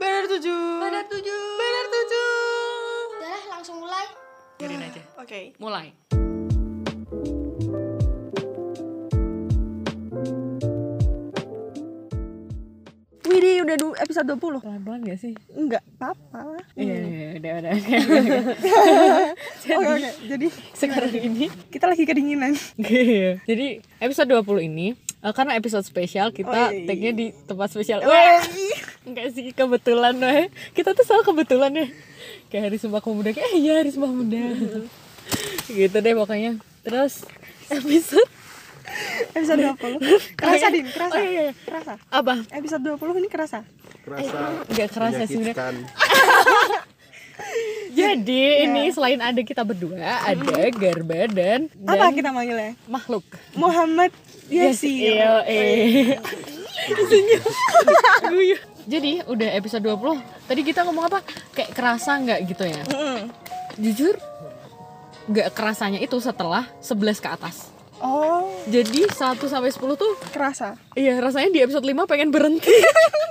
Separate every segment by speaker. Speaker 1: Benar tujuh.
Speaker 2: Benar tujuh.
Speaker 1: Benar tujuh.
Speaker 2: Udah lah, langsung mulai.
Speaker 3: Nah.
Speaker 4: Biarin aja.
Speaker 1: Oke.
Speaker 3: Oh,
Speaker 4: Mulai.
Speaker 3: Widih udah du- episode 20
Speaker 5: pelan-pelan gak sih?
Speaker 3: Enggak apa-apa
Speaker 5: Iya, iya, udah, udah.
Speaker 3: Oke oke jadi
Speaker 5: Sekarang ini
Speaker 3: kita lagi kedinginan
Speaker 5: Iya. Jadi episode 20 ini eh, karena episode spesial kita
Speaker 3: Oi.
Speaker 5: tag-nya di
Speaker 3: iya.
Speaker 5: tempat
Speaker 3: Oh,
Speaker 5: spesial. Weh, enggak sih kebetulan weh. Kita tuh selalu kebetulan ya. Kayak hari Sumpah Pemuda kayak eh, iya hari Sumpah Pemuda. gitu deh pokoknya. Terus episode
Speaker 3: Episode 20 Kerasa Din, kerasa
Speaker 5: Oh, iya, iya.
Speaker 3: Kerasa
Speaker 5: apa?
Speaker 3: Episode 20 ini kerasa
Speaker 6: kerasa
Speaker 5: Enggak keras ya sebenarnya.
Speaker 6: menyakitkan
Speaker 5: Jadi ini
Speaker 3: Iya.
Speaker 5: selain ada kita berdua, ada Garba dan dan
Speaker 3: Apa kita manggilnya?
Speaker 5: makhluk.
Speaker 3: Muhammad Yasir
Speaker 5: Iya,
Speaker 3: Iya.
Speaker 5: eh. Senyum. Guyu. Jadi udah episode 20 Tadi kita ngomong apa? Kayak kerasa nggak gitu ya
Speaker 3: Mm-mm.
Speaker 5: Jujur nggak kerasanya itu setelah 11 ke atas
Speaker 3: Oh
Speaker 5: Jadi 1 sampai 10 tuh
Speaker 3: kerasa
Speaker 5: Iya rasanya di episode 5 pengen berhenti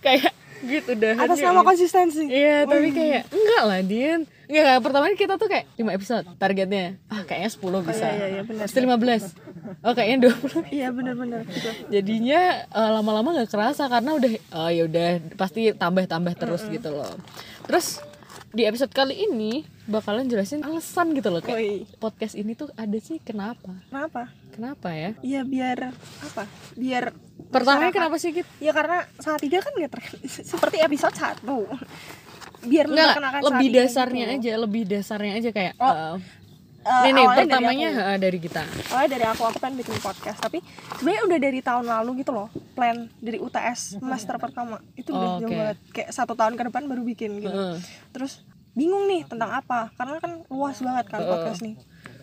Speaker 5: Kayak gitu udah
Speaker 3: Atas nama Mm. konsistensi
Speaker 5: Iya, tapi kayak enggak lah, Din. Enggak, enggak. Pertama ini kita tuh kayak 5 episode targetnya. Ah, kayaknya 10 bisa.
Speaker 3: iya, iya, benar.
Speaker 5: Terus 15. Oh, kayaknya 20.
Speaker 3: Iya benar-benar gitu.
Speaker 5: Jadinya eh, lama-lama nggak kerasa karena udah oh, ya udah pasti tambah-tambah terus gitu loh. Terus di episode kali ini bakalan jelasin alasan gitu loh kayak
Speaker 3: Woi.
Speaker 5: podcast ini tuh ada sih kenapa?
Speaker 3: Kenapa?
Speaker 5: Kenapa ya?
Speaker 3: Iya biar apa? Biar
Speaker 5: Pertamanya
Speaker 3: masyarakat-
Speaker 5: kenapa sih gitu?
Speaker 3: Ya karena saat tiga kan nggak ter- seperti episode satu. Biar
Speaker 5: Enggak,
Speaker 3: memperkenalkan
Speaker 5: lebih
Speaker 3: Saat Tiga
Speaker 5: dasarnya
Speaker 3: gitu. Oh,
Speaker 5: aja, lebih dasarnya aja kayak eh,
Speaker 3: Eh, awalnya
Speaker 5: nih nih
Speaker 3: dari
Speaker 5: pertamanya
Speaker 3: aku.
Speaker 5: eh, dari kita.
Speaker 3: awalnya dari aku aku pengen bikin podcast tapi sebenarnya udah dari tahun lalu gitu loh plan dari UTS semester pertama itu udah
Speaker 5: Oh,
Speaker 3: jauh
Speaker 5: oke. Hmm.
Speaker 3: banget kayak satu tahun ke depan baru bikin gitu
Speaker 5: Heeh.
Speaker 3: terus bingung nih tentang apa karena kan luas banget
Speaker 5: Hmm.
Speaker 3: kan podcast nih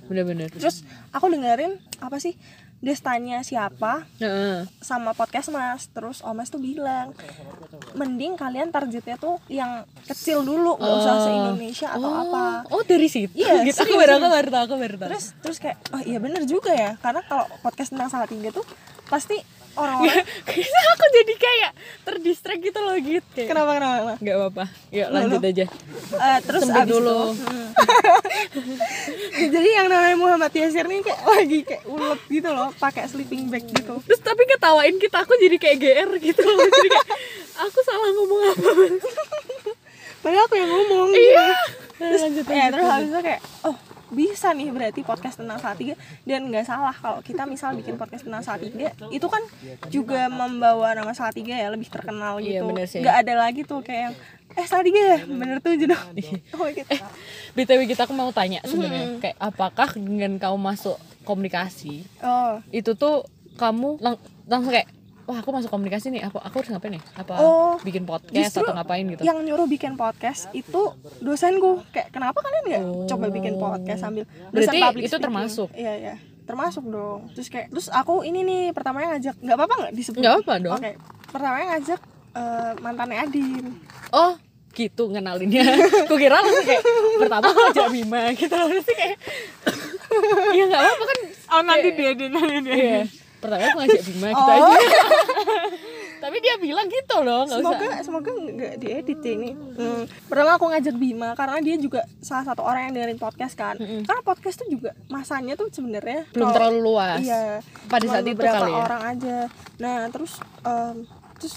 Speaker 5: Bener-bener.
Speaker 3: terus aku dengerin apa sih destanya siapa
Speaker 5: Heeh.
Speaker 3: sama podcast mas terus omas tuh bilang mending kalian targetnya tuh yang kecil dulu nggak usah se Indonesia atau
Speaker 5: oh.
Speaker 3: apa
Speaker 5: Oh dari situ.
Speaker 3: Iya,
Speaker 5: gitu. Aku
Speaker 3: serius,
Speaker 5: baru aku
Speaker 3: serius.
Speaker 5: baru tahu, aku baru tahu.
Speaker 3: terus terus kayak oh iya bener juga ya karena kalau podcast tentang salah tiga tuh pasti orang-orang
Speaker 5: Kayaknya aku jadi kayak terdistract gitu loh gitu. Kayak,
Speaker 3: kenapa kenapa, kenapa?
Speaker 5: Gak apa-apa. Yuk lanjut aja.
Speaker 3: Eh, terus
Speaker 5: Sempit
Speaker 3: abis
Speaker 5: dulu.
Speaker 3: itu, jadi yang namanya Muhammad Yasir nih kayak lagi kayak ulet gitu loh pakai sleeping bag gitu
Speaker 5: Terus tapi ketawain kita aku jadi kayak GR gitu loh. Jadi kayak aku salah ngomong apa. Nah,
Speaker 3: padahal aku yang ngomong iya
Speaker 5: Terus, lanjut
Speaker 3: ya terus habis itu kayak oh bisa nih berarti podcast tentang saat tiga dan nggak salah kalau kita misal bikin podcast tentang saat tiga itu kan juga membawa nama saat tiga ya lebih terkenal
Speaker 5: Iya,
Speaker 3: gitu
Speaker 5: bener sih.
Speaker 3: nggak ada lagi tuh kayak yang, eh saat tiga ya bener tuh jodoh
Speaker 5: Iya.
Speaker 3: oh, gitu.
Speaker 5: BTW kita aku mau tanya sebenarnya
Speaker 3: Hmm.
Speaker 5: kayak apakah dengan kamu masuk komunikasi
Speaker 3: oh.
Speaker 5: itu tuh kamu lang- langsung kayak wah aku masuk komunikasi nih aku aku harus ngapain nih apa
Speaker 3: Oh,
Speaker 5: bikin podcast
Speaker 3: Justru
Speaker 5: atau ngapain gitu
Speaker 3: yang nyuruh bikin podcast itu dosenku kayak kenapa kalian nggak coba bikin podcast sambil
Speaker 5: Berarti
Speaker 3: dosen public
Speaker 5: itu termasuk?
Speaker 3: iya iya termasuk dong terus kayak terus aku ini nih pertamanya ngajak nggak apa-apa nggak disebut
Speaker 5: nggak apa dong
Speaker 3: oke pertamanya ngajak eh, mantannya Adin
Speaker 5: oh gitu ngenalinnya kukira langsung kayak pertama aku ajak Bima gitu loh sih kayak ya nggak apa-apa kan
Speaker 3: oh
Speaker 5: nanti
Speaker 3: dia Adin nanti dia
Speaker 5: Iya. pertama aku ngajak Bima gitu
Speaker 3: Oh.
Speaker 5: aja tapi dia bilang gitu loh nggak usah
Speaker 3: semoga semoga nggak diedit ya ini hmm. pertama aku ngajak Bima karena dia juga salah satu orang yang dengerin podcast kan karena podcast tuh juga masanya tuh sebenarnya
Speaker 5: belum
Speaker 3: kalau-
Speaker 5: terlalu luas
Speaker 3: iya
Speaker 5: pada
Speaker 3: cuma
Speaker 5: saat itu
Speaker 3: beberapa
Speaker 5: kali ya
Speaker 3: orang aja nah terus em, terus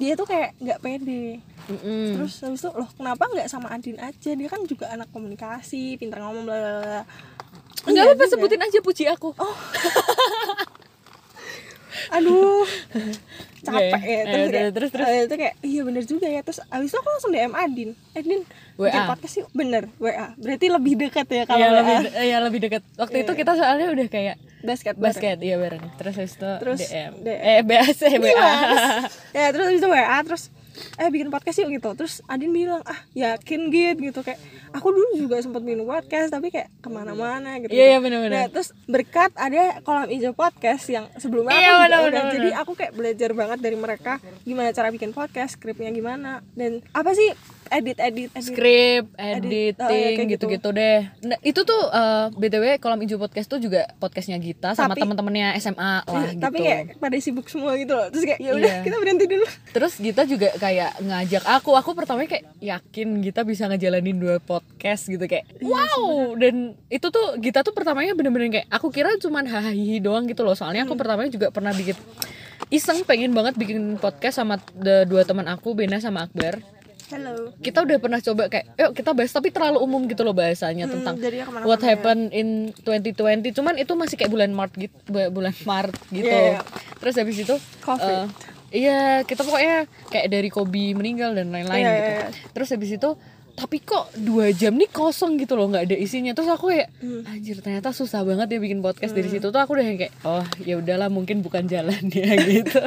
Speaker 3: dia tuh kayak nggak pede
Speaker 5: Mm-mm.
Speaker 3: terus habis itu loh kenapa nggak sama Adin aja dia kan juga anak komunikasi pintar ngomong bla bla bla
Speaker 5: nggak
Speaker 3: Iya
Speaker 5: apa-apa
Speaker 3: juga. Oh,
Speaker 5: sebutin aja puji aku
Speaker 3: aduh capek
Speaker 5: Oke,
Speaker 3: ya terus
Speaker 5: ayo, udah,
Speaker 3: kayak,
Speaker 5: Iya, terus, terus.
Speaker 3: eh, itu kayak iya bener juga ya terus abis itu aku langsung DM Adin Adin
Speaker 5: WA.
Speaker 3: bikin podcast sih bener WA berarti lebih dekat ya kalau
Speaker 5: Iya
Speaker 3: WA
Speaker 5: lebih de- iya, lebih dekat waktu itu kita soalnya udah kayak
Speaker 3: basket basket
Speaker 5: basket iya bareng terus habis itu
Speaker 3: Terus
Speaker 5: DM.
Speaker 3: DM.
Speaker 5: eh BAC WA
Speaker 3: Gimana? ya terus habis itu WA terus eh bikin podcast yuk gitu terus Adin bilang ah yakin gitu gitu kayak aku dulu juga sempat bikin podcast tapi kayak kemana-mana gitu
Speaker 5: Iya, iya,
Speaker 3: Nah,
Speaker 5: benar-benar.
Speaker 3: terus berkat ada kolam hijau podcast yang sebelumnya
Speaker 5: Iya,
Speaker 3: aku juga
Speaker 5: benar-benar,
Speaker 3: udah-
Speaker 5: benar.
Speaker 3: jadi aku kayak belajar banget dari mereka gimana cara bikin podcast skripnya gimana dan apa sih edit edit, edit.
Speaker 5: Skrip,
Speaker 3: Edit.
Speaker 5: editing,
Speaker 3: Oh, iya, kayak gitu.
Speaker 5: gitu-gitu deh. Nah, itu tuh eh, btw kolam hijau podcast tuh juga podcastnya Gita sama
Speaker 3: Tapi-
Speaker 5: teman-temannya SMA lah gitu.
Speaker 3: tapi kayak pada sibuk semua gitu loh terus kayak ya udah
Speaker 5: Iya.
Speaker 3: kita berhenti dulu
Speaker 5: Terus Gita juga kayak ngajak aku, aku pertama kayak yakin Gita bisa ngejalanin dua podcast gitu kayak
Speaker 3: Iya,
Speaker 5: wow dan itu tuh Gita tuh pertamanya bener-bener kayak aku kira cuman hahaha doang gitu loh
Speaker 3: Hmm.
Speaker 5: soalnya aku pertamanya juga pernah bikin iseng pengen banget bikin podcast sama de- dua teman aku Bena sama Akbar
Speaker 3: hello
Speaker 5: kita udah pernah coba kayak yuk kita bahas tapi terlalu umum gitu loh bahasanya tentang
Speaker 3: Hmm, jadinya kemana-mana
Speaker 5: what
Speaker 3: ya.
Speaker 5: happened in 2020 cuman itu masih kayak bulan Maret gitu bu- bulan Maret gitu
Speaker 3: Iya, iya.
Speaker 5: terus habis itu
Speaker 3: Covid.
Speaker 5: eh, iya kita pokoknya kayak dari Kobe meninggal dan lain-lain
Speaker 3: Iya,
Speaker 5: gitu
Speaker 3: iya, iya.
Speaker 5: terus habis itu tapi kok dua jam nih kosong gitu loh nggak ada isinya terus aku kayak anjir ternyata susah banget ya bikin podcast dari situ tuh aku udah yang kayak oh ya udahlah mungkin bukan jalannya gitu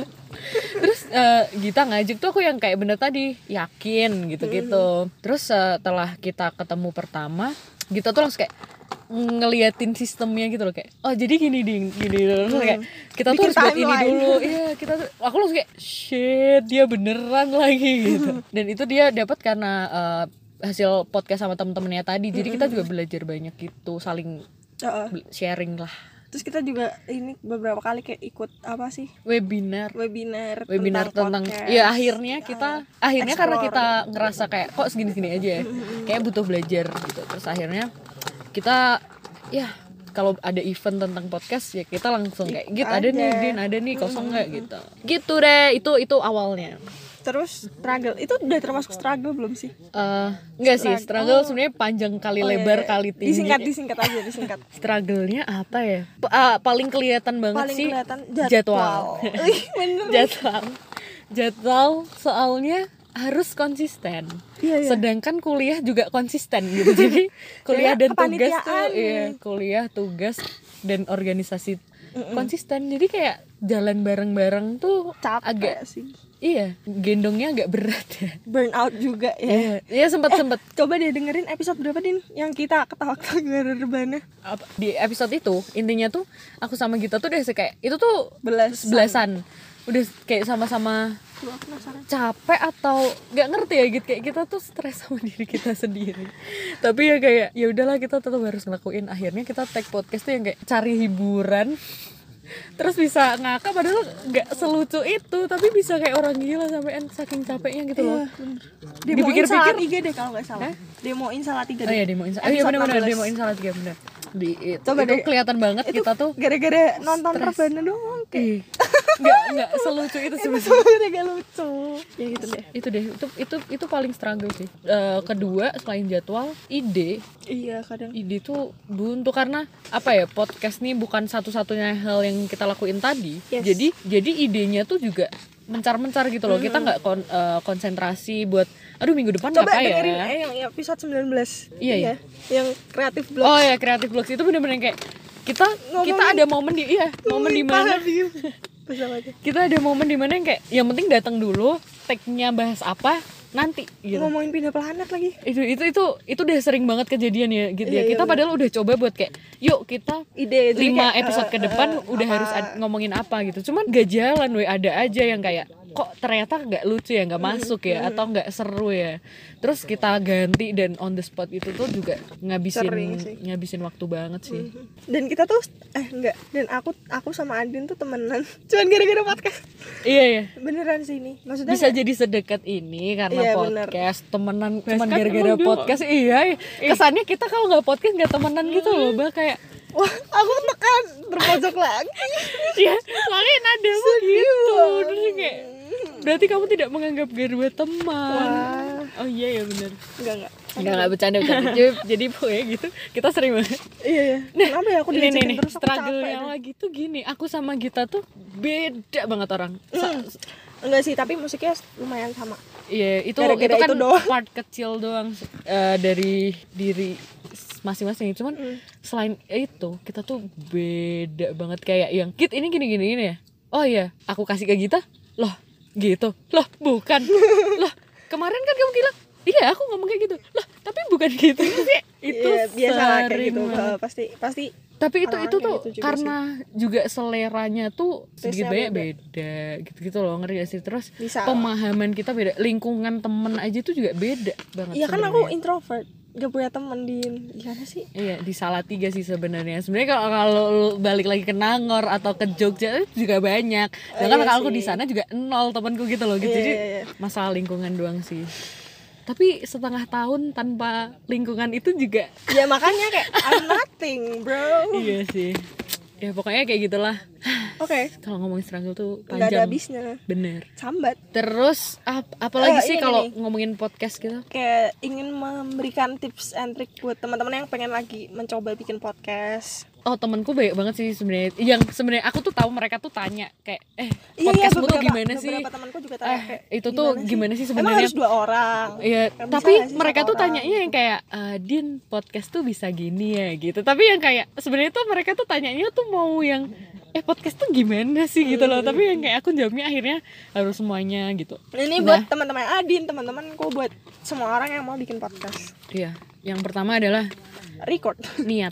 Speaker 5: terus eh, Gita ngajak tuh aku yang kayak bener tadi yakin gitu gitu terus setelah kita ketemu pertama Gita tuh langsung kayak ngeliatin sistemnya gitu loh kayak oh jadi gini ding gini gitu. terus kayak kita tuh
Speaker 3: Bikin
Speaker 5: harus buat ini
Speaker 3: timeline.
Speaker 5: dulu iya kita tuh aku langsung kayak shit dia beneran lagi gitu dan itu dia dapat karena eh, hasil podcast sama temen-temennya tadi jadi kita juga belajar banyak gitu saling
Speaker 3: Heeh.
Speaker 5: bel- sharing lah
Speaker 3: terus kita juga ini beberapa kali kayak ikut apa sih
Speaker 5: webinar
Speaker 3: webinar
Speaker 5: webinar tentang,
Speaker 3: podcast. Iya.
Speaker 5: ya akhirnya kita akhirnya karena
Speaker 3: explore.
Speaker 5: kita ngerasa kayak kok segini-gini aja ya kayak butuh belajar gitu terus akhirnya kita ya kalau ada event tentang podcast ya kita langsung kayak gitu ada nih
Speaker 3: aja."
Speaker 5: Din ada nih kosong nggak gitu gitu deh itu itu awalnya
Speaker 3: terus struggle itu udah termasuk struggle belum sih
Speaker 5: Eh enggak sih struggle sebenarnya panjang kali lebar
Speaker 3: Eh,
Speaker 5: kali tinggi
Speaker 3: disingkat disingkat aja disingkat
Speaker 5: struggle-nya apa ya P- eh, paling kelihatan banget
Speaker 3: paling
Speaker 5: sih
Speaker 3: kelihatan
Speaker 5: jadwal.
Speaker 3: jadwal, Wih, bener
Speaker 5: jadwal jadwal soalnya harus konsisten
Speaker 3: Iya, iya.
Speaker 5: sedangkan kuliah juga konsisten gitu jadi kuliah dan tugas tuh
Speaker 3: kepanitiaan
Speaker 5: iya, kuliah tugas dan organisasi konsisten jadi kayak jalan bareng-bareng tuh
Speaker 3: capek
Speaker 5: agak
Speaker 3: sih
Speaker 5: iya gendongnya agak berat ya
Speaker 3: burn out juga ya
Speaker 5: Iya, iya sempet sempet
Speaker 3: coba deh dengerin episode berapa din yang kita ketawa-ketawa gara rebana
Speaker 5: apa- di episode itu intinya tuh aku sama Gita tuh udah kayak itu tuh
Speaker 3: belas
Speaker 5: sebelasan udah kayak sama-sama
Speaker 3: Lu penasaran
Speaker 5: capek atau nggak ngerti ya gitu kayak kita tuh stres sama diri kita sendiri tapi ya kayak ya udahlah kita tetap harus ngelakuin akhirnya kita tag podcast tuh yang kayak cari hiburan terus bisa ngakak padahal nggak selucu itu tapi bisa kayak orang gila sampean saking capeknya gitu loh
Speaker 3: Demoin
Speaker 5: Dipikir-pikir.
Speaker 3: salah tiga deh kalau nggak salah demoin salah tiga
Speaker 5: oh
Speaker 3: deh
Speaker 5: iya demoin salah oh, iya
Speaker 3: Episode
Speaker 5: benar-benar
Speaker 3: 16.
Speaker 5: demoin salah tiga benar iya, di itu,
Speaker 3: Coba
Speaker 5: itu
Speaker 3: deh.
Speaker 5: kelihatan banget kita tuh
Speaker 3: gara-gara nonton rebana doang kayak
Speaker 5: ih, nggak nggak selucu itu sebenarnya
Speaker 3: gara-gara lucu ya gitu deh
Speaker 5: itu deh itu itu itu paling struggle sih Eh, kedua selain jadwal ide
Speaker 3: iya kadang
Speaker 5: ide tuh buntu karena apa ya podcast nih bukan satu-satunya hal yang kita lakuin tadi
Speaker 3: Yes.
Speaker 5: jadi jadi idenya tuh juga mencar-mencar gitu loh kita nggak kon- eh, konsentrasi buat aduh minggu depan
Speaker 3: coba
Speaker 5: apa
Speaker 3: dengerin
Speaker 5: ya
Speaker 3: eh, yang episode 19
Speaker 5: Iya, iya.
Speaker 3: yang kreatif blog
Speaker 5: oh ya kreatif blocks itu bener-bener kayak kita kita
Speaker 3: Ngomongin-
Speaker 5: ada momen di iya momen di mana
Speaker 3: bersama aja
Speaker 5: kita ada momen di mana yang kayak yang penting datang dulu tag-nya bahas apa nanti gitu
Speaker 3: ngomongin pindah planet lagi
Speaker 5: itu itu itu itu udah sering banget kejadian ya gitu
Speaker 3: Iya,
Speaker 5: ya
Speaker 3: iya,
Speaker 5: kita
Speaker 3: bener.
Speaker 5: padahal udah coba buat kayak yuk kita
Speaker 3: ide jadi
Speaker 5: lima
Speaker 3: kayak,
Speaker 5: episode ke
Speaker 3: eh,
Speaker 5: depan
Speaker 3: eh,
Speaker 5: udah
Speaker 3: apa.
Speaker 5: harus ad- ngomongin apa gitu cuman gak jalan we ada aja yang kayak kok ternyata nggak lucu ya nggak masuk ya atau nggak seru ya terus kita ganti dan on the spot itu tuh juga ngabisin
Speaker 3: Sering sih. Mm-hmm.
Speaker 5: ngabisin waktu banget sih
Speaker 3: dan kita tuh eh enggak dan aku aku sama Adin tuh temenan cuman gara-gara podcast
Speaker 5: iya iya
Speaker 3: beneran sih ini maksudnya
Speaker 5: bisa jadi sedekat ini karena
Speaker 3: Iya, bener.
Speaker 5: podcast temenan cuman
Speaker 3: kan
Speaker 5: gara-gara
Speaker 3: emang dia-
Speaker 5: podcast iya kesannya kita kalau nggak podcast nggak temenan gitu loh bah kayak
Speaker 3: wah aku tekan terpojok lagi
Speaker 5: Iya, soalnya nadamu gitu. Terus kayak berarti kamu tidak menganggap Garba teman. Oh iya ya benar.
Speaker 3: enggak enggak
Speaker 5: Enggak enggak bercanda bercanda. jadi, jadi pokoknya gitu. Kita sering banget.
Speaker 3: iya iya kenapa ya aku
Speaker 5: Ini nih,
Speaker 3: diajakin
Speaker 5: nih
Speaker 3: terus aku capek gitu.
Speaker 5: struggle-nya lagi tuh gini. Aku sama Gita tuh beda banget orang.
Speaker 3: Mm.
Speaker 5: Sa-
Speaker 3: enggak sih tapi musiknya lumayan sama
Speaker 5: Iya, itu
Speaker 3: Gara-gara
Speaker 5: itu kan
Speaker 3: itu doang.
Speaker 5: part kecil doang eh, dari diri s- masing-masing. Cuman
Speaker 3: Hmm.
Speaker 5: selain itu, kita tuh beda banget kayak yang Git ini gini-gini ini ya. Oh iya, aku kasih ke Gita. Loh, gitu. Loh, bukan. Loh, kemarin kan kamu bilang iya aku ngomong kayak gitu lah tapi bukan gitu sih itu
Speaker 3: Iya, biasa lah kayak
Speaker 5: sering
Speaker 3: gitu
Speaker 5: banget.
Speaker 3: Eh, pasti pasti
Speaker 5: tapi itu
Speaker 3: Orang-orang
Speaker 5: itu
Speaker 3: kayak
Speaker 5: tuh
Speaker 3: gitu juga
Speaker 5: karena juga seleranya tuh sedikit
Speaker 3: Taste-nya
Speaker 5: banyak beda gitu-gitu loh ngeri gak sih terus
Speaker 3: Bisa lah.
Speaker 5: pemahaman kita beda lingkungan temen aja tuh juga beda banget
Speaker 3: iya kan
Speaker 5: sebenarnya.
Speaker 3: aku introvert gak punya temen di gimana sih
Speaker 5: Iya di Salatiga sih sebenarnya. Sebenarnya kalau kalau lu balik lagi ke Nangor atau ke Jogja juga banyak. Sedangkan
Speaker 3: iya
Speaker 5: kalau aku
Speaker 3: sih.
Speaker 5: di sana juga nol temanku gitu loh gitu.
Speaker 3: Iya,
Speaker 5: Jadi
Speaker 3: iya, iya.
Speaker 5: masalah lingkungan doang sih. Tapi setengah tahun tanpa lingkungan itu juga
Speaker 3: ya makanya kayak I'm nothing bro oke
Speaker 5: iya sih. Ya pokoknya kayak gitulah. Kalau ngomongin struggle tuh
Speaker 3: nggak ada
Speaker 5: panjang.
Speaker 3: habisnya
Speaker 5: Bener.
Speaker 3: sambat
Speaker 5: Terus ap- apalagi
Speaker 3: Eh,
Speaker 5: sih
Speaker 3: ini
Speaker 5: kalau
Speaker 3: nih.
Speaker 5: ngomongin podcast gitu?
Speaker 3: kayak ingin memberikan tips and trick buat teman-teman yang pengen lagi mencoba bikin podcast
Speaker 5: Oh temanku banyak banget sih sebenarnya. Yang sebenarnya aku tuh tahu mereka tuh tanya kayak eh
Speaker 3: Iya, iya,
Speaker 5: podcastmu tuh
Speaker 3: beberapa-
Speaker 5: gimana sih?
Speaker 3: beberapa temanku juga tanya
Speaker 5: Eh,
Speaker 3: kayak,
Speaker 5: itu tuh gimana sih
Speaker 3: emang
Speaker 5: sebenarnya?
Speaker 3: harus dua orang
Speaker 5: Iya,
Speaker 3: Kan bisa
Speaker 5: tapi
Speaker 3: nggak sih
Speaker 5: mereka
Speaker 3: satu
Speaker 5: tuh
Speaker 3: orang?
Speaker 5: tanyanya yang kayak "Eh, Din podcast tuh bisa gini ya gitu. Tapi yang kayak sebenarnya tuh mereka tuh tanyanya tuh mau yang eh podcast tuh gimana sih gitu loh. Tapi yang kayak aku jawabnya akhirnya harus semuanya gitu.
Speaker 3: ini
Speaker 5: Nah.
Speaker 3: buat teman-teman Adin teman-temanku buat semua orang yang mau bikin podcast
Speaker 5: Iya, yang pertama adalah
Speaker 3: record
Speaker 5: niat.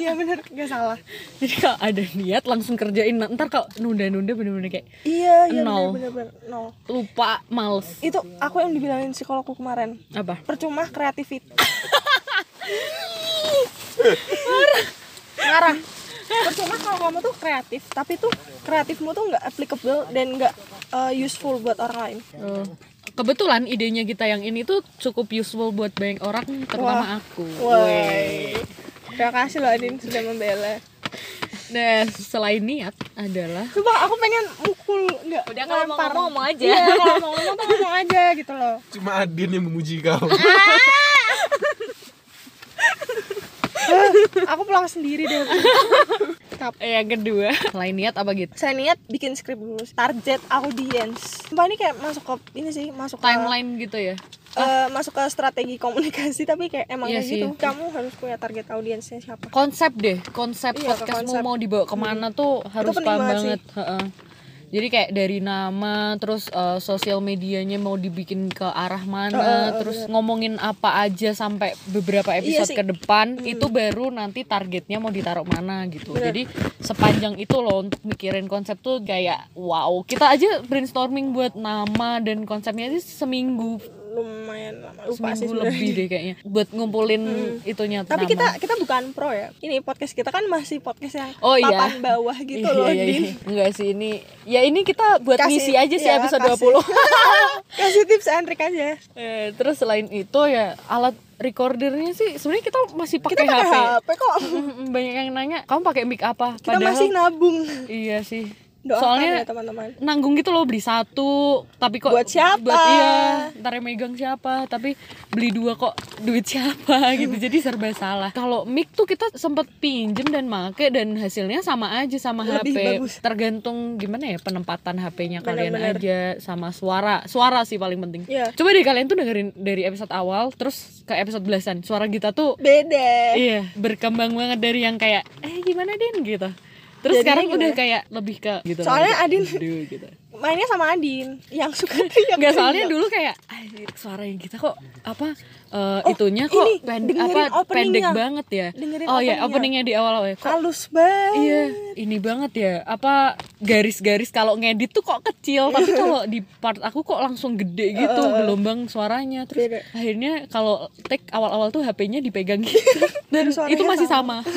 Speaker 3: iya bener nggak salah
Speaker 5: Jadi kalau ada niat langsung kerjain. Nah, Ntar kalau nunda-nunda bener-bener kayak
Speaker 3: iya iya bener,
Speaker 5: Nol.
Speaker 3: bener bener nol
Speaker 5: lupa, males.
Speaker 3: itu aku yang dibilangin psikologku kemarin
Speaker 5: Apa?
Speaker 3: percuma kreativitas ngarah percuma kalau kamu tuh kreatif tapi tuh kreatifmu tuh nggak applicable dan nggak uh, useful buat orang lain
Speaker 5: Eh, kebetulan idenya kita yang ini tuh cukup useful buat banyak orang, terutama aku.
Speaker 3: Woi. Terima kasih loh Adin sudah membela.
Speaker 5: Nah, selain niat adalah
Speaker 3: Sumpah aku pengen mukul nggak
Speaker 5: Udah, kalau mau
Speaker 3: lempar.
Speaker 5: ngomong, ngomong aja.
Speaker 3: Iya kalau mau ngomong tuh ngomong aja gitu loh.
Speaker 1: Cuma Adin yang memuji kau.
Speaker 3: Aku pulang sendiri deh. Tapi
Speaker 5: eh, yang kedua. Selain niat apa gitu?
Speaker 3: saya niat bikin skrip dulu. Target audience. Sumpah ini kayak masuk ke ini sih masuk ke
Speaker 5: Timeline gitu ya.
Speaker 3: eh, masuk ke strategi komunikasi tapi kayak emang
Speaker 5: Iya
Speaker 3: kayak
Speaker 5: sih.
Speaker 3: gitu. Kamu harus punya target audiensnya siapa?
Speaker 5: Konsep deh, konsep
Speaker 3: Iya,
Speaker 5: podcastmu
Speaker 3: konsep.
Speaker 5: mau dibawa kemana tuh harus
Speaker 3: penting
Speaker 5: paham
Speaker 3: banget
Speaker 5: banget. Heeh. Jadi kayak dari nama, terus eh, sosial medianya mau dibikin ke arah mana, terus ngomongin apa aja sampai beberapa
Speaker 3: Iya
Speaker 5: episode
Speaker 3: sih.
Speaker 5: ke depan, itu baru nanti targetnya mau ditaruh mana gitu. Jadi sepanjang itu loh untuk mikirin konsep tuh kayak wow. Kita aja brainstorming buat nama dan konsepnya sih seminggu
Speaker 3: Lumayan lama lupa sih
Speaker 5: seminggu
Speaker 3: sebenarnya. Hmm.
Speaker 5: lebih deh kayaknya buat ngumpulin itunya
Speaker 3: Tapi
Speaker 5: nama.
Speaker 3: kita kita bukan pro ya. Ini podcast kita kan masih podcast yang
Speaker 5: Oh, iya.
Speaker 3: papan bawah gitu
Speaker 5: Iya,
Speaker 3: loh,
Speaker 5: iya,
Speaker 3: Din.
Speaker 5: iya. enggak sih ini ya ini kita buat
Speaker 3: Kasih-
Speaker 5: misi aja sih
Speaker 3: iya,
Speaker 5: episode
Speaker 3: kasih.
Speaker 5: 20
Speaker 3: Kasih tips and trick aja.
Speaker 5: Eh, terus selain itu ya alat recordernya sih sebenarnya kita masih
Speaker 3: Kita
Speaker 5: pakai
Speaker 3: pakai
Speaker 5: HP
Speaker 3: HP kok.
Speaker 5: Mm-mm, banyak yang nanya kamu pakai mic apa
Speaker 3: Kita masih nabung.
Speaker 5: iya sih
Speaker 3: Doakan
Speaker 5: soalnya
Speaker 3: ya teman-teman.
Speaker 5: nanggung gitu loh beli satu tapi kok
Speaker 3: Buat siapa?
Speaker 5: iya ntar yang megang siapa tapi beli dua kok duit siapa gitu jadi serba salah kalau mic tuh kita sempet pinjem dan make dan hasilnya sama aja sama
Speaker 3: Lebih
Speaker 5: HP
Speaker 3: bagus.
Speaker 5: tergantung gimana ya penempatan HP-nya kalian
Speaker 3: Benar-benar.
Speaker 5: aja sama suara suara sih paling penting
Speaker 3: Iya.
Speaker 5: coba deh kalian tuh dengerin dari episode awal terus ke episode belasan suara kita tuh
Speaker 3: Beda.
Speaker 5: Iya, berkembang banget dari yang kayak eh gimana Din gitu. Terus
Speaker 3: Jadinya
Speaker 5: sekarang
Speaker 3: gimana?
Speaker 5: udah kayak lebih ke gitu.
Speaker 3: Soalnya
Speaker 5: loh,
Speaker 3: Adin-
Speaker 5: Aduh gitu.
Speaker 3: Mainnya sama Adin yang suka teriak.
Speaker 5: Enggak soalnya dulu kayak "Ah, suara yang kita kok apa eh, itunya
Speaker 3: Oh,
Speaker 5: kok
Speaker 3: ini,
Speaker 5: pendek
Speaker 3: dengerin
Speaker 5: apa pendek
Speaker 3: openingnya.
Speaker 5: banget ya.
Speaker 3: Dengerin
Speaker 5: oh
Speaker 3: openingnya.
Speaker 5: iya, openingnya di awal ya. Kok
Speaker 3: halus banget.
Speaker 5: iya, ini banget ya. Apa garis-garis kalau ngedit tuh kok kecil, tapi kalau di part aku kok langsung gede gitu gelombang suaranya. Terus
Speaker 3: Beda.
Speaker 5: akhirnya kalau take awal-awal tuh HP-nya dipegang gitu. Dan
Speaker 3: Suaranya
Speaker 5: itu masih sama.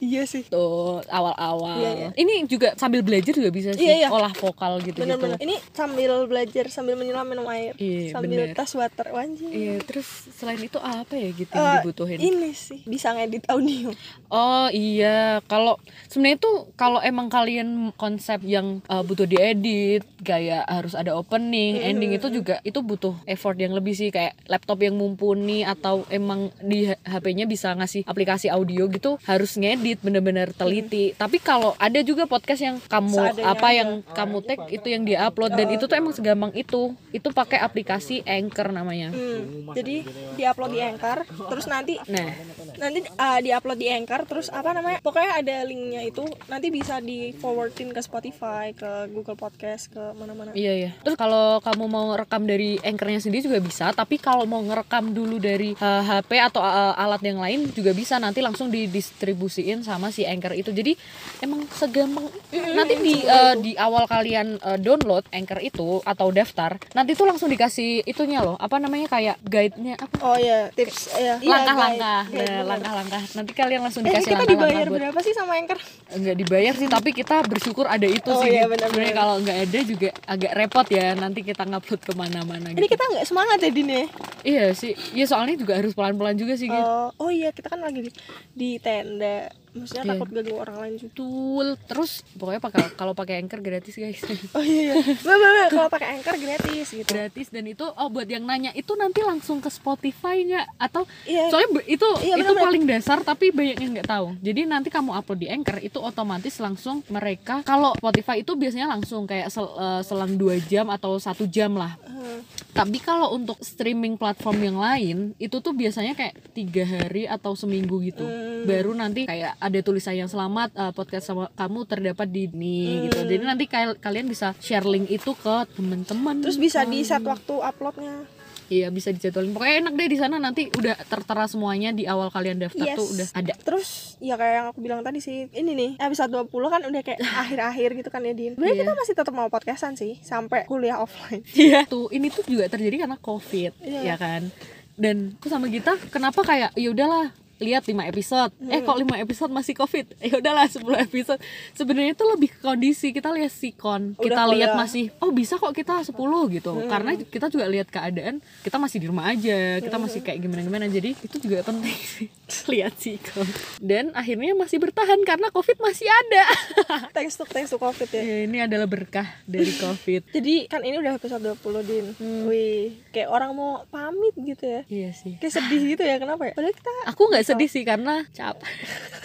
Speaker 3: Iya sih.
Speaker 5: tuh awal-awal.
Speaker 3: Iya, iya.
Speaker 5: Ini juga sambil belajar juga bisa sih
Speaker 3: Iya, iya.
Speaker 5: olah vokal gitu gitu.
Speaker 3: Bener-bener. Ini sambil belajar, sambil menyelam minum air,
Speaker 5: Iya,
Speaker 3: sambil
Speaker 5: bener.
Speaker 3: tas water anjing.
Speaker 5: Iya, terus selain itu apa ya gitu yang
Speaker 3: Eh,
Speaker 5: dibutuhin?
Speaker 3: ini sih bisa ngedit audio.
Speaker 5: Oh iya, kalau sebenarnya tuh kalau emang kalian konsep yang uh, butuh diedit, kayak harus ada opening, ending itu juga itu butuh effort yang lebih sih kayak laptop yang mumpuni atau emang di H- HP-nya bisa ngasih aplikasi audio gitu harus ngedit bener-bener teliti. Tapi kalau ada juga podcast yang kamu
Speaker 3: Seadanya
Speaker 5: apa
Speaker 3: aja. Oh,
Speaker 5: yang kamu tag itu yang dia upload dan itu tuh
Speaker 3: iya.
Speaker 5: emang segampang itu. Itu pakai aplikasi Anchor namanya.
Speaker 3: Hmm, jadi diupload di Anchor, terus nanti
Speaker 5: Nah,
Speaker 3: nanti uh, diupload di Anchor, terus apa namanya? Pokoknya ada linknya itu nanti bisa di forwardin ke Spotify, ke Google Podcast, ke mana-mana.
Speaker 5: Iya iya. Terus kalau kamu mau rekam dari anchornya sendiri juga bisa, tapi kalau mau ngerekam dulu dari eh, HP atau eh, alat yang lain juga bisa. Nanti langsung didistribusiin sama si anchor itu. Jadi emang segampang itu. nanti di eh, di awal kalian eh, download anchor itu atau daftar, nanti tuh langsung dikasih itunya loh. Apa namanya kayak guide-nya apa?
Speaker 3: Oh ya, tips ya. Iya,
Speaker 5: Langkah-langkah,
Speaker 3: guide. Guide,
Speaker 5: Nah,
Speaker 3: bener.
Speaker 5: langkah-langah. Nanti kalian langsung
Speaker 3: Eh,
Speaker 5: dikasih
Speaker 3: kita
Speaker 5: langkah-langkah
Speaker 3: dibayar
Speaker 5: buat-
Speaker 3: berapa sih sama Anchor?
Speaker 5: nggak dibayar sih tapi kita bersyukur ada itu
Speaker 3: Oh
Speaker 5: sih
Speaker 3: iya, benar-benar.
Speaker 5: sebenarnya kalau nggak ada juga agak repot ya nanti kita ngupload kemana-mana
Speaker 3: Jadi
Speaker 5: gitu
Speaker 3: kita nggak semangat ya Din ya?
Speaker 5: iya sih ya soalnya juga harus pelan-pelan juga sih gitu
Speaker 3: Oh, oh iya kita kan lagi di, di tenda. Maksudnya
Speaker 5: Iya.
Speaker 3: takut ganggu orang lain juga.
Speaker 5: Betul. terus pokoknya pakai kalau pakai anchor gratis guys
Speaker 3: Oh iya. iya. Mbak, mbak, mbak, kalau pakai Anchor gratis gitu.
Speaker 5: gratis dan itu oh buat yang nanya itu nanti langsung ke Spotify nggak atau
Speaker 3: Iya.
Speaker 5: soalnya be- itu
Speaker 3: Iya,
Speaker 5: itu
Speaker 3: benar-benar.
Speaker 5: paling dasar tapi banyak yang nggak tahu jadi nanti kamu upload di anchor itu otomatis langsung mereka kalau Spotify itu biasanya langsung kayak sel- eh, selang dua jam atau satu jam lah
Speaker 3: Hmm.
Speaker 5: Tapi kalau untuk streaming platform yang lain itu tuh biasanya kayak tiga hari atau seminggu gitu.
Speaker 3: Hmm.
Speaker 5: Baru nanti kayak ada tulisan yang selamat eh, podcast sama kamu terdapat di ini gitu.
Speaker 3: Hmm.
Speaker 5: Jadi nanti kail- kalian bisa share link itu ke teman-teman.
Speaker 3: Terus bisa
Speaker 5: Hmm.
Speaker 3: di set waktu uploadnya.
Speaker 5: Iya bisa dijadwalin. Pokoknya enak deh di sana nanti udah tertera semuanya di awal kalian daftar
Speaker 3: Yes.
Speaker 5: tuh udah ada.
Speaker 3: Terus ya kayak yang aku bilang tadi sih, ini nih episode 20 kan udah kayak akhir-akhir gitu kan ya Din. Sebenarnya kita masih tetap mau podcastan sih sampai kuliah offline.
Speaker 5: Iya. Tuh ini tuh juga terjadi karena covid,
Speaker 3: Iya.
Speaker 5: ya kan. Dan aku sama Gita kenapa kayak ya udahlah lihat 5 episode. Eh
Speaker 3: Hmm.
Speaker 5: kok 5 episode masih covid? Ya udahlah 10 episode. Sebenarnya itu lebih ke kondisi kita lihat sikon.
Speaker 3: Udah Hmm.
Speaker 5: Kita
Speaker 3: kuliah.
Speaker 5: lihat masih oh bisa kok kita 10 gitu. Karena kita juga lihat keadaan kita masih di rumah aja. Kita
Speaker 3: Hmm.
Speaker 5: masih kayak gimana-gimana. Jadi itu juga penting sih lihat sikon. Dan akhirnya masih bertahan karena covid masih ada.
Speaker 3: thanks to thanks to Covid ya.
Speaker 5: Ya, ini adalah berkah dari covid.
Speaker 3: Jadi kan ini udah episode 20 Din. Wih, kayak orang mau pamit gitu ya.
Speaker 5: Hmm. Iya sih.
Speaker 3: Kayak sedih gitu ya kenapa ya? Padahal kita
Speaker 5: aku nggak sedih sih karena capek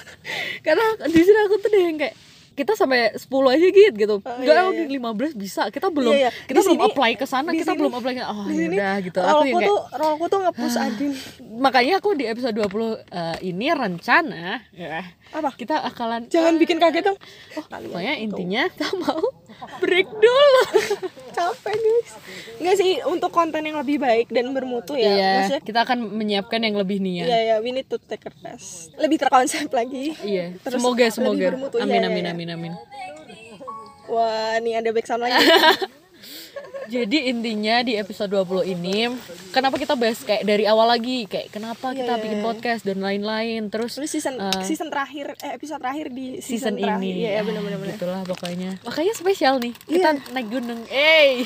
Speaker 5: karena di sini aku tuh deh yang kayak kita sampai 10 aja gitu gitu enggak
Speaker 3: iya,
Speaker 5: mungkin 15 bisa kita belum
Speaker 3: Iya, iya.
Speaker 5: kita
Speaker 3: Di
Speaker 5: belum
Speaker 3: sini-
Speaker 5: apply ke sana
Speaker 3: di
Speaker 5: kita
Speaker 3: sini-
Speaker 5: belum apply ke
Speaker 3: di
Speaker 5: oh ya
Speaker 3: sini
Speaker 5: udah gitu aku
Speaker 3: rolku
Speaker 5: yang kayak Ah.
Speaker 3: tuh rolku tuh nge-push Adin.
Speaker 5: makanya aku di episode 20 eh, ini rencana ya
Speaker 3: Apa?
Speaker 5: kita akalan
Speaker 3: Jangan bikin kaget dong. Oh,
Speaker 5: pokoknya intinya kita mau break dulu
Speaker 3: capek guys. Enggak sih untuk konten yang lebih baik dan bermutu ya.
Speaker 5: iya
Speaker 3: Maksudnya
Speaker 5: kita akan menyiapkan yang lebih
Speaker 3: Iya,
Speaker 5: niat
Speaker 3: ya, we need to take a rest. Lebih terkonsep lagi.
Speaker 5: iya
Speaker 3: Terus
Speaker 5: semoga
Speaker 3: lebih
Speaker 5: semoga
Speaker 3: bermutu, iya,
Speaker 5: amin
Speaker 3: iya,
Speaker 5: amin
Speaker 3: iya.
Speaker 5: amin amin
Speaker 3: Wah, nih ada backsound lagi.
Speaker 5: Jadi intinya di episode 20 ini kenapa kita bahas kayak dari awal lagi kayak kenapa kita
Speaker 3: iya,
Speaker 5: bikin
Speaker 3: iya.
Speaker 5: podcast dan lain-lain terus
Speaker 3: Terus season
Speaker 5: Eh.
Speaker 3: season terakhir eh episode terakhir di
Speaker 5: season,
Speaker 3: season, terakhir.
Speaker 5: ini Gitu.
Speaker 3: Iya, ya, benar benar. Iya. benar.
Speaker 5: gitulah pokoknya makanya spesial nih kita naik gunung eh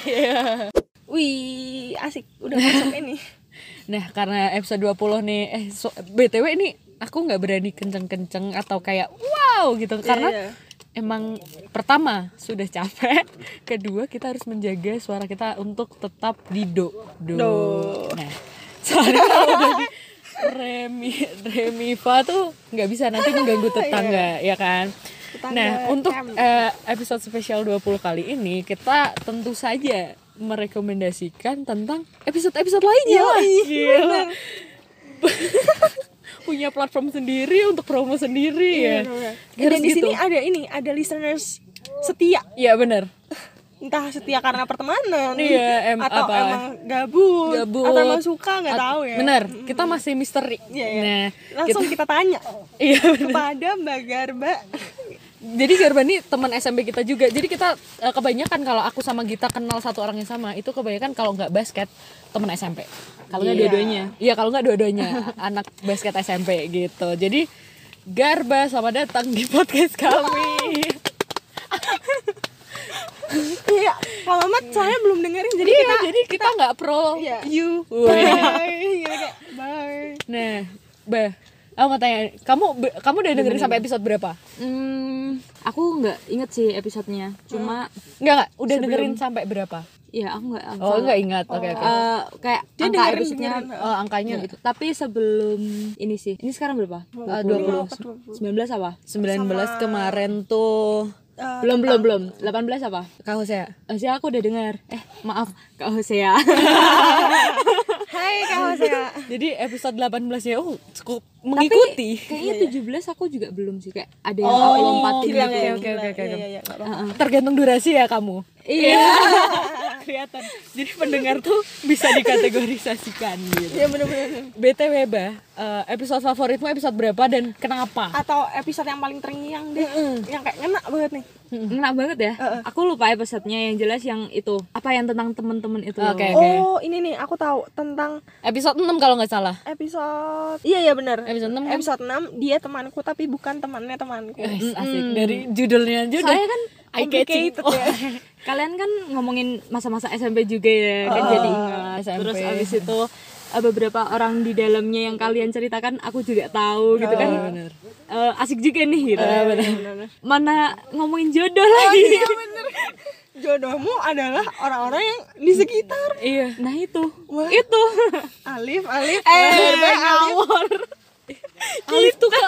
Speaker 3: Wih, asik. Udah masuk ini.
Speaker 5: nah karena episode 20 nih eh so- btw ini aku nggak berani kenceng-kenceng atau kayak wow gitu karena
Speaker 3: iya.
Speaker 5: emang pertama sudah capek kedua kita harus menjaga suara kita untuk tetap di do do,
Speaker 3: Do.
Speaker 5: nah soalnya kalau udah di remi remi fa tuh nggak bisa nanti mengganggu tetangga ya kan
Speaker 3: Iya. Tetangga
Speaker 5: nah untuk
Speaker 3: camp.
Speaker 5: eh, episode spesial 20 kali ini kita tentu saja merekomendasikan tentang episode-episode lainnya
Speaker 3: Yoi,
Speaker 5: Wah, gila.
Speaker 3: bener.
Speaker 5: punya platform sendiri untuk promo sendiri ya
Speaker 3: Eh, Dan
Speaker 5: harus
Speaker 3: di
Speaker 5: gitu.
Speaker 3: sini ada ini, ada listeners setia.
Speaker 5: Iya benar.
Speaker 3: Entah setia karena pertemanan,
Speaker 5: Iya, em-
Speaker 3: atau
Speaker 5: apa?
Speaker 3: emang gabut,
Speaker 5: Gabut.
Speaker 3: atau emang suka nggak
Speaker 5: At-
Speaker 3: tahu ya.
Speaker 5: Benar, kita masih misteri.
Speaker 3: Iya, iya.
Speaker 5: Nah,
Speaker 3: Langsung
Speaker 5: kita-
Speaker 3: kita tanya
Speaker 5: iya.
Speaker 3: kepada Mbak Garba.
Speaker 5: Jadi Garba ini teman SMP kita juga. Jadi kita eh, kebanyakan kalau aku sama Gita kenal satu orang yang sama, itu kebanyakan kalau nggak basket teman SMP. Kalau nggak
Speaker 3: Iya.
Speaker 5: dua-duanya. Iya, kalau nggak dua-duanya anak basket SMP gitu. Jadi Garba selamat datang di podcast kami.
Speaker 3: Iya, Pak Mamat soalnya belum dengerin jadi
Speaker 5: Iya,
Speaker 3: kita
Speaker 5: jadi kita nggak pro
Speaker 3: Iya.
Speaker 5: you.
Speaker 3: bye gitu kayak bye.
Speaker 5: Nah, Bah, aku mau tanya, kamu be- kamu udah dengerin sampai episode berapa?
Speaker 4: Hmm, aku nggak inget sih episodenya. Cuma
Speaker 5: Enggak, enggak, udah dengerin sampai berapa?
Speaker 4: ya aku nggak
Speaker 5: Oh,
Speaker 4: hafal.
Speaker 5: enggak ingat. Oke, oke.
Speaker 3: Oh.
Speaker 4: Eh, kayak
Speaker 3: Dia
Speaker 4: angka
Speaker 3: dengerin,
Speaker 4: episodenya
Speaker 3: dengerin.
Speaker 5: Oh, angkanya
Speaker 4: gitu. Tapi sebelum ini sih. Ini sekarang berapa? Eh,
Speaker 5: 20.
Speaker 4: 20. 19 apa?
Speaker 5: 19 kemarin tuh
Speaker 3: eh,
Speaker 4: belum belum belum 18 apa
Speaker 5: Kak Hosea.
Speaker 4: Hosea aku udah dengar eh maaf Kak Hosea
Speaker 3: Hai Kak ya. Hosea.
Speaker 5: Jadi episode 18-nya oh cukup
Speaker 4: Tapi
Speaker 5: mengikuti. Iya,
Speaker 4: kayaknya 17 aku juga belum sih kayak ada yang
Speaker 5: Oh,
Speaker 4: aku lompatin
Speaker 5: gila, ya.
Speaker 4: gitu
Speaker 3: Gila,
Speaker 5: oke,
Speaker 3: gila.
Speaker 5: oke, oke,
Speaker 3: Iya,
Speaker 5: oke.
Speaker 3: iya, iya, nggak apa-apa.
Speaker 5: Tergantung durasi ya kamu.
Speaker 4: iya
Speaker 5: Kelihatan. Jadi pendengar tuh bisa dikategorisasikan gitu.
Speaker 3: Iya bener-bener.
Speaker 5: BTW bah, eh, episode favoritmu episode berapa dan kenapa?
Speaker 3: Atau episode yang paling terngiang deh, yang kayak ngena banget nih.
Speaker 4: Ngena banget ya aku lupa episode-nya yang jelas yang itu apa yang tentang teman-teman itu
Speaker 5: Oke.
Speaker 3: Oh ini nih aku tahu tentang
Speaker 5: Episode 6 kalau nggak salah.
Speaker 3: episode iya iya benar
Speaker 5: Episode 6 kan?
Speaker 3: episode 6 dia temanku tapi bukan temannya temanku
Speaker 5: Wes, asik. Dari judulnya aja udah
Speaker 4: Soalnya kan
Speaker 5: eye catching.
Speaker 3: complicated
Speaker 5: Oh,
Speaker 3: ya.
Speaker 4: kalian kan ngomongin masa-masa SMP juga ya kan jadi ingat.
Speaker 5: SMP.
Speaker 4: terus abis itu eh, beberapa orang di dalamnya yang kalian ceritakan aku juga tahu gitu kan
Speaker 5: bener.
Speaker 4: Eh, asik juga nih gitu mana ngomongin jodoh lagi
Speaker 3: jodohmu adalah orang-orang yang di sekitar
Speaker 5: Iya.
Speaker 4: nah itu
Speaker 3: Wah.
Speaker 4: itu
Speaker 3: Alif Alif
Speaker 5: Eh,
Speaker 3: Alif, Alif.
Speaker 5: ngawur. Gitu kan.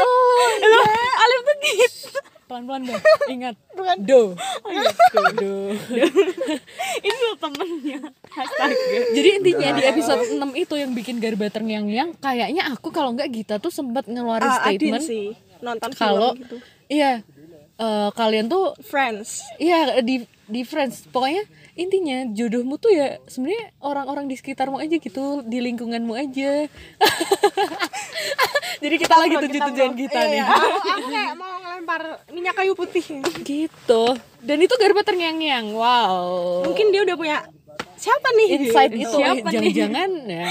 Speaker 4: Loh, Alif tuh gitu
Speaker 5: Pelan-pelan bah. Ingat.
Speaker 3: Bukan.
Speaker 5: Do. Do. Do.
Speaker 4: ini loh temennya astaga
Speaker 5: Jadi intinya di episode 6 itu yang bikin Garba terngiang-ngiang kayaknya aku kalau nggak Gita tuh sempat ngeluarin
Speaker 3: Ah, Adin
Speaker 5: statement
Speaker 3: sih nonton film
Speaker 5: kalau
Speaker 3: gitu
Speaker 5: iya eh, kalian tuh
Speaker 3: Friends
Speaker 5: Iya di di Friends pokoknya intinya jodohmu tuh ya sebenarnya orang-orang di sekitarmu aja gitu di lingkunganmu aja jadi kita lagi tujuan-tujuan kita
Speaker 3: Iya,
Speaker 5: nih
Speaker 3: aku, aku kayak mau ngelempar minyak kayu putih
Speaker 5: gitu dan itu Garba terngiang-ngiang wow
Speaker 3: mungkin dia udah punya siapa nih
Speaker 5: insight itu
Speaker 3: Gitu.
Speaker 5: eh, jangan-jangan ya.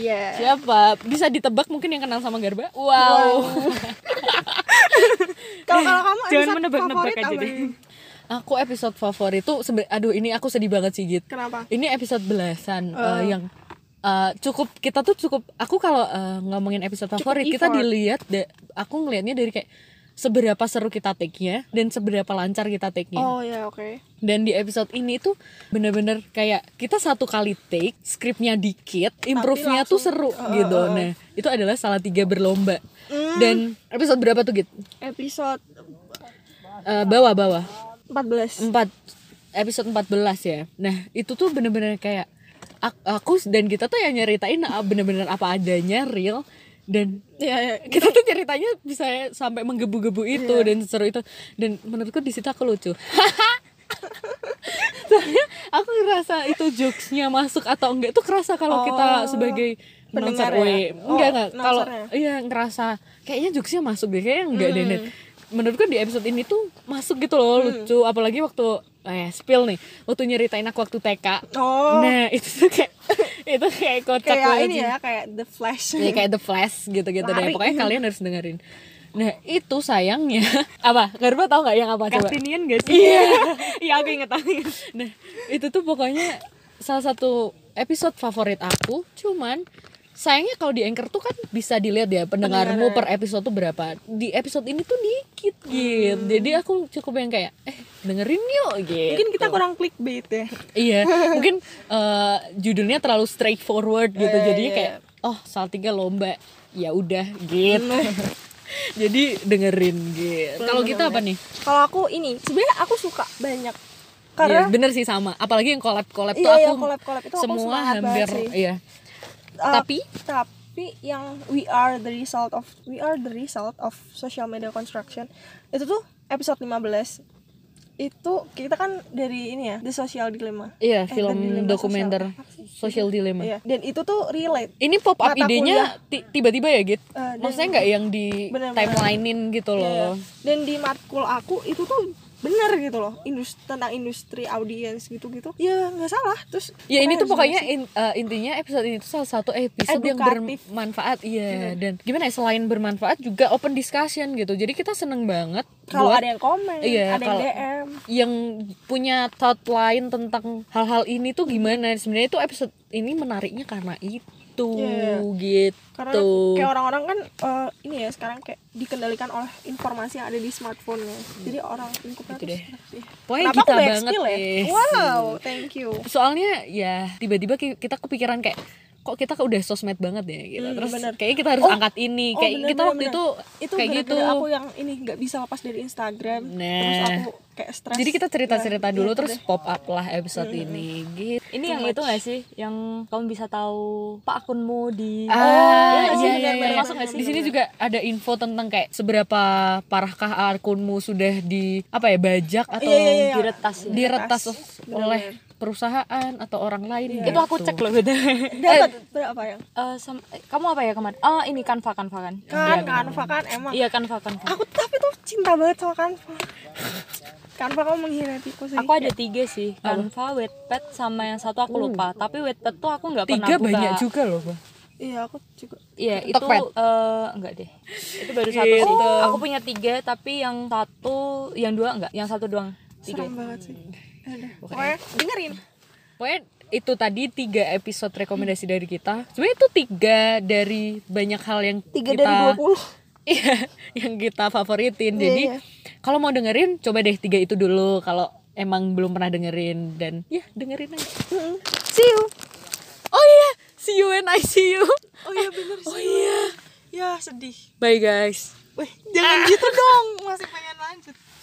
Speaker 3: iya
Speaker 5: siapa bisa ditebak mungkin yang kenal sama Garba wow
Speaker 3: kalau kalau kamu
Speaker 4: Jangan
Speaker 3: episode
Speaker 4: menebak-nebak
Speaker 3: favorit
Speaker 4: aja
Speaker 3: apa
Speaker 4: deh.
Speaker 3: nih?
Speaker 5: aku episode favorit tuh sebe- aduh ini aku sedih banget sih Git
Speaker 3: kenapa
Speaker 5: Ini episode belasan eh, yang eh, cukup kita tuh cukup aku kalau eh, ngomongin episode favorit kita
Speaker 3: effort.
Speaker 5: dilihat da- aku ngelihatnya dari kayak seberapa seru kita take-nya dan seberapa lancar kita take-nya.
Speaker 3: oh ya oke
Speaker 5: Dan di episode ini tuh bener-bener kayak kita satu kali take, skripnya dikit, improve-nya tuh seru gitu. Nah, itu adalah salah tiga berlomba.
Speaker 3: Hmm.
Speaker 5: Dan episode berapa tuh Git?
Speaker 3: episode
Speaker 5: Eh, bawah-bawah.
Speaker 3: 14
Speaker 5: empat episode 14 ya. Nah, itu tuh bener-bener kayak ak- aku dan kita tuh yang nyeritain ah, bener-bener apa adanya real dan
Speaker 3: Iya, iya.
Speaker 5: kita tuh ceritanya bisa sampai menggebu-gebu itu dan seru itu dan menurutku di situ aku lucu. Soalnya aku ngerasa itu jokesnya masuk atau enggak tuh kerasa kalau kita sebagai
Speaker 3: Oh, Pendengar
Speaker 5: pendengar
Speaker 3: ya?
Speaker 5: enggak
Speaker 3: Oh,
Speaker 5: enggak kalau
Speaker 3: announcer ya?
Speaker 5: iya ngerasa kayaknya jokesnya masuk deh kayaknya enggak deh
Speaker 3: Hmm.
Speaker 5: Net. menurutku di episode ini tuh masuk gitu loh lucu apalagi waktu eh spill nih waktu nyeritain aku waktu TK
Speaker 3: Oh.
Speaker 5: nah itu tuh kayak itu kayak kocak
Speaker 3: kayak
Speaker 5: banget
Speaker 3: ini
Speaker 5: sih.
Speaker 3: ya kayak The Flash
Speaker 5: Ya, kayak The Flash gitu-gitu deh
Speaker 3: Lari.
Speaker 5: pokoknya kalian harus dengerin nah itu sayangnya apa Garba tahu nggak yang apa coba
Speaker 4: Kartinian gak sih iya iya aku inget aku inget.
Speaker 5: nah itu tuh pokoknya salah satu episode favorit aku cuman sayangnya kalau di anchor tuh kan bisa dilihat ya pendengarmu per episode tuh berapa di episode ini tuh dikit gitu
Speaker 4: Hmm.
Speaker 5: jadi aku cukup yang kayak eh dengerin yuk gitu
Speaker 3: mungkin kita kurang clickbait ya
Speaker 5: iya mungkin eh, judulnya terlalu straightforward gitu
Speaker 3: Iya,
Speaker 5: jadinya kayak oh salah tiga lomba ya udah gitu jadi dengerin gitu kalau kita apa nih
Speaker 3: kalau aku ini sebenarnya aku suka banyak karena
Speaker 5: Iya, bener sih sama apalagi yang collab collab tuh
Speaker 3: Iya, iya,
Speaker 5: aku
Speaker 3: collab-collab itu aku
Speaker 5: semua
Speaker 3: semangat banget
Speaker 5: hampir
Speaker 3: sih.
Speaker 5: iya
Speaker 3: uh,
Speaker 5: tapi?
Speaker 3: tapi yang we are the result of we are the result of social media construction itu tuh episode 15 itu kita kan dari ini ya the social dilemma
Speaker 5: iya
Speaker 3: Eh,
Speaker 5: film
Speaker 3: The Dilemma
Speaker 5: dokumenter social dilemma
Speaker 3: Iya, dan itu tuh relate
Speaker 5: ini pop up
Speaker 3: Mata
Speaker 5: idenya ti- tiba-tiba ya
Speaker 3: Eh,
Speaker 5: git
Speaker 3: dan-
Speaker 5: maksudnya nggak yang di
Speaker 3: Bener-bener.
Speaker 5: timelinein
Speaker 3: Iya.
Speaker 5: gitu loh
Speaker 3: dan di matkul aku itu tuh bener gitu loh industri tentang industri audiens gitu gitu ya nggak salah terus
Speaker 5: Ya
Speaker 3: pokoknya
Speaker 5: ini tuh
Speaker 3: harus
Speaker 5: pokoknya in- eh, intinya episode ini tuh salah satu episode yang
Speaker 3: Edukatif.
Speaker 5: bermanfaat iya dan gimana ya selain bermanfaat juga open discussion gitu jadi kita seneng banget
Speaker 3: kalau
Speaker 5: buat
Speaker 3: ada yang komen
Speaker 5: Iya,
Speaker 3: ada yang
Speaker 5: kalau-
Speaker 3: dm
Speaker 5: yang punya thought lain tentang hal-hal ini tuh gimana sebenarnya itu episode ini menariknya karena itu
Speaker 3: Iya.
Speaker 5: gitu
Speaker 3: karena kayak orang-orang kan eh, ini ya sekarang kayak dikendalikan oleh informasi yang ada di smartphone ya jadi orang lingkupnya
Speaker 5: Gitu
Speaker 3: tuh
Speaker 5: Hmm. deh.
Speaker 3: seperti-
Speaker 5: pokoknya
Speaker 3: Kenapa
Speaker 5: kita
Speaker 3: aku banyak
Speaker 5: banget
Speaker 3: skill ya?
Speaker 5: eh.
Speaker 3: wow thank you
Speaker 5: soalnya ya tiba-tiba ki- kita kepikiran kayak kok kita udah sosmed banget ya gitu.
Speaker 3: Hmm,
Speaker 5: Terus
Speaker 3: bener.
Speaker 5: kayaknya kita harus
Speaker 3: Oh,
Speaker 5: angkat ini.
Speaker 3: oh,
Speaker 5: Kayak
Speaker 3: bener,
Speaker 5: kita
Speaker 3: bener,
Speaker 5: waktu
Speaker 3: bener.
Speaker 5: itu
Speaker 3: itu
Speaker 5: kayak
Speaker 3: gara-gara
Speaker 5: gitu.
Speaker 3: aku yang ini nggak bisa lepas dari Instagram terus
Speaker 5: Nah.
Speaker 3: aku kayak stres
Speaker 5: Jadi kita cerita-cerita
Speaker 3: Nah,
Speaker 5: dulu
Speaker 3: gitu
Speaker 5: terus
Speaker 3: deh.
Speaker 5: pop up lah episode ini gitu.
Speaker 4: Ini yang itu gak sih? Yang kamu bisa tahu pak akunmu di
Speaker 5: Ah,
Speaker 4: iya,
Speaker 5: iya,
Speaker 4: iya,
Speaker 5: iya,
Speaker 4: iya.
Speaker 5: iya. Di sini juga ada info tentang kayak seberapa parahkah akunmu sudah di apa ya bajak atau
Speaker 3: Iya, iya, iya.
Speaker 4: diretas. ya?
Speaker 5: diretas
Speaker 3: Diretas, Iya.
Speaker 5: oleh perusahaan atau orang lain.
Speaker 4: iya, Itu aku
Speaker 5: gitu.
Speaker 4: cek loh betul.
Speaker 3: dapat berapa ya
Speaker 4: Eh, sam- eh, kamu apa ya kemarin? Oh, ini Canva, Canva kan.
Speaker 3: kan Canva kan emang
Speaker 4: Iya, Canva, Canva.
Speaker 3: Nah, aku tapi tuh cinta banget sama kan. Canva Canva kamu mengkhianatiku sih
Speaker 4: Aku ada tiga sih, Canva, Wattpad, sama yang satu aku lupa. Tapi Wattpad tuh aku nggak pernah
Speaker 5: Tiga
Speaker 4: buka.
Speaker 5: banyak juga loh, Bang.
Speaker 3: iya aku juga
Speaker 4: Iya, itu
Speaker 5: Tokped.
Speaker 4: eh, enggak deh. Itu baru satu sih. Aku punya tiga, tapi yang satu, yang dua enggak, yang satu doang. Tiga.
Speaker 5: Iya.
Speaker 3: serem banget sih Aduh. Pokoknya dengerin
Speaker 5: Pokoknya itu tadi tiga episode rekomendasi dari kita. Sebenarnya itu tiga dari banyak hal yang
Speaker 3: tiga
Speaker 5: kita
Speaker 3: dari dua puluh Iya,
Speaker 5: Iya, yang kita favoritin. Jadi kalau mau dengerin coba deh tiga itu dulu kalau emang belum pernah dengerin dan ya dengerin aja.
Speaker 3: see you
Speaker 5: Oh iya, see you and I see you.
Speaker 3: oh iya bener sih oh iya ya sedih
Speaker 5: Bye guys. Ah.
Speaker 3: Wih, jangan gitu dong, masih pengen lanjut.